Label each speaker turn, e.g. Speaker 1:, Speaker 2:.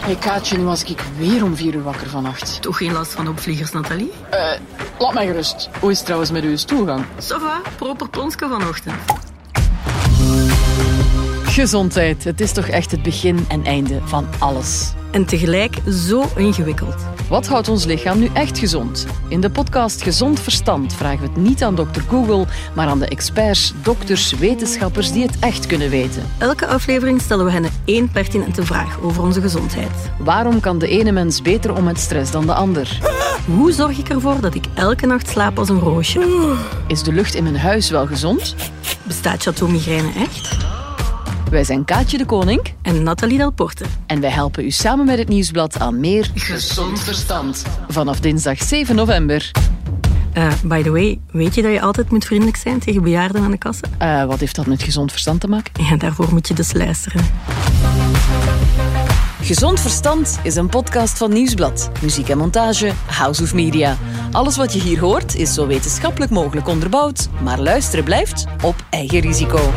Speaker 1: Hey Kaatje, nu was ik weer om vier uur wakker vannacht.
Speaker 2: Toch geen last van opvliegers, Nathalie?
Speaker 1: Eh, laat mij gerust. Hoe is het trouwens met uw stoelgang?
Speaker 2: Sava, proper plonske vanochtend.
Speaker 1: Gezondheid, het is toch echt het begin en einde van alles.
Speaker 2: En tegelijk zo ingewikkeld.
Speaker 1: Wat houdt ons lichaam nu echt gezond? In de podcast Gezond Verstand vragen we het niet aan dokter Google, maar aan de experts, dokters, wetenschappers die het echt kunnen weten.
Speaker 2: Elke aflevering stellen we hen één pertinente vraag over onze gezondheid.
Speaker 1: Waarom kan de ene mens beter om met stress dan de ander?
Speaker 2: Hoe zorg ik ervoor dat ik elke nacht slaap als een roosje?
Speaker 1: Is de lucht in mijn huis wel gezond?
Speaker 2: Bestaat Chateau Migraine echt?
Speaker 1: Wij zijn Kaatje de Koning
Speaker 2: En Nathalie Delporte.
Speaker 1: en wij helpen u samen met het nieuwsblad aan meer gezond verstand. Vanaf dinsdag 7 november.
Speaker 2: Eh, by the way, weet je dat je altijd moet vriendelijk zijn tegen bejaarden aan de kassa?
Speaker 1: Eh, wat heeft dat met gezond verstand te maken?
Speaker 2: Ja, daarvoor moet je dus luisteren.
Speaker 1: Gezond Verstand is een podcast van Nieuwsblad. Muziek en montage, House of Media. Alles wat je hier hoort is zo wetenschappelijk mogelijk onderbouwd, maar luisteren blijft op eigen risico.